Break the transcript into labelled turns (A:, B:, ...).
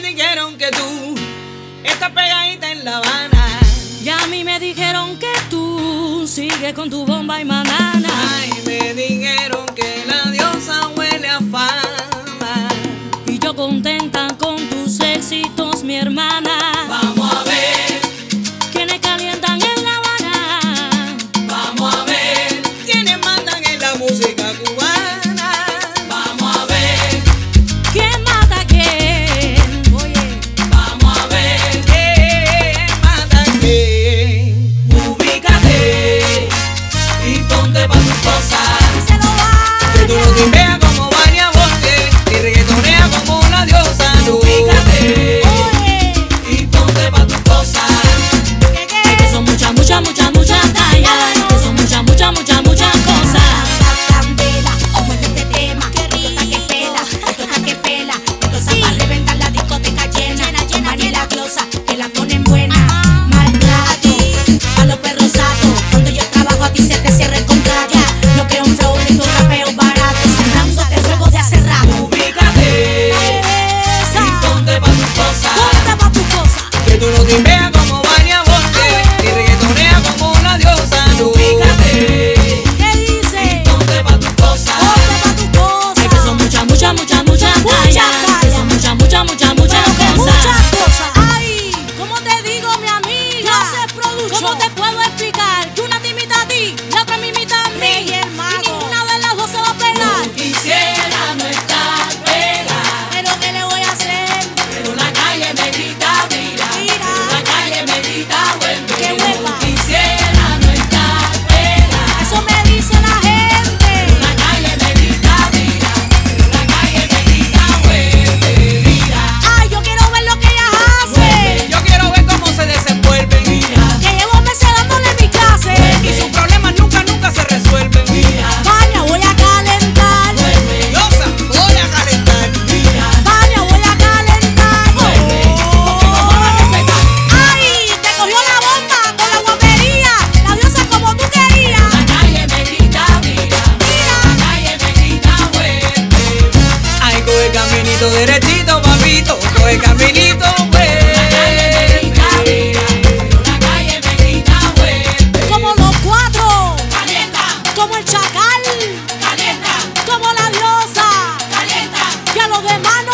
A: dijeron que tú estás pegadita en La Habana.
B: Y a mí me dijeron que tú sigues con tu bomba y manana.
A: Ay, me dijeron que la diosa huele a fama.
B: Y yo contenta con tus éxitos, mi hermana.
A: Vamos a ver,
B: Quienes calientan en La Habana.
A: vamos a ver. Quienes mandan en la música cubana. Vamos a ver,
B: ¿Quién mata a quién? Oye,
A: vamos a ver. Eh, mata quién. Ubícate y ponte pa' tus cosas.
B: se lo
A: Que tú
B: va.
A: lo timbeas como Vania Borges y reggaetonea como una diosa. Ubícate
B: Oye,
A: y ponte pa' tus cosas.
B: que, que. que son muchas, muchas, muchas, muchas tallas. Que son muchas, muchas, muchas, muchas cosas.
C: candela, ojo en este tema, esto está que pela, esto está que pela, esto está para reventar la discoteca llena, llena, Manila glosa, que la ponen buena, mal plato, a los perros satos, cuando yo trabajo a ti se te cierra el contrato, no creo un flow ni tu rapeo barato, cerrándote juego de hace rato,
A: Ubícate y
C: esa,
A: ponte pa' tus cosas.
C: corta pa' tu cosa,
A: Que tú no timbeas como Vania Borges y reggaetonea como una diosa. Ubícate
C: ¿qué dice?
A: y ponte pa' tus cosas.
C: Corta pa' tu
B: Ay, que
C: cosa,
B: son muchas, muchas, muchas, muchas
C: Muchas
B: tallas. Que son muchas, muchas, muchas, muchas
C: Pero que
B: cosas.
C: muchas cosas. Ay, ¿cómo te digo, mi amiga?
B: Clase producción.
C: ¿Cómo te puedo explicar? Que una te imita a ti, la otra me imita a mí.
B: Rey el mago.
C: Y ninguna de las dos se va a pegar.
A: Quisiera no estar pegada,
C: Pero ¿qué le voy a hacer?
A: pero la calle me grita, mira.
C: Mira,
A: calle me grita, vuelve.
C: Que vuelva.
A: Quisiera no estar pegada.
C: eso me dice la gente.
A: La calle me grita, mira. Pero la calle me grita, vuelve, mira.
C: Ay, yo quiero ver lo que ellas
A: Vuelve.
C: hacen.
A: Yo quiero ver cómo se desenvuelve, mira.
C: Que llevo meses dándole mi clase.
A: Y sus problemas nunca, nunca se resuelven, mira.
C: Vaya, voy a calentar.
A: Diosa, voy a calentar, mira.
C: Vaya, voy a calentar.
A: porque no van a respetar.
C: Ay, te cogió la bomba con la guapería. La diosa como tú querías.
A: La calle me grita, mira. La calle me grita, vuelve. Ay, coge el caminito derechito, papito. Coge el caminito, vuelve. La calle me grita, mira. La calle me grita, vuelve.
C: Como los cuatro,
A: Calienta,
C: como el chacal,
A: calienta,
C: como la diosa,
A: calienta.
C: y a los demás no Ah, Oh,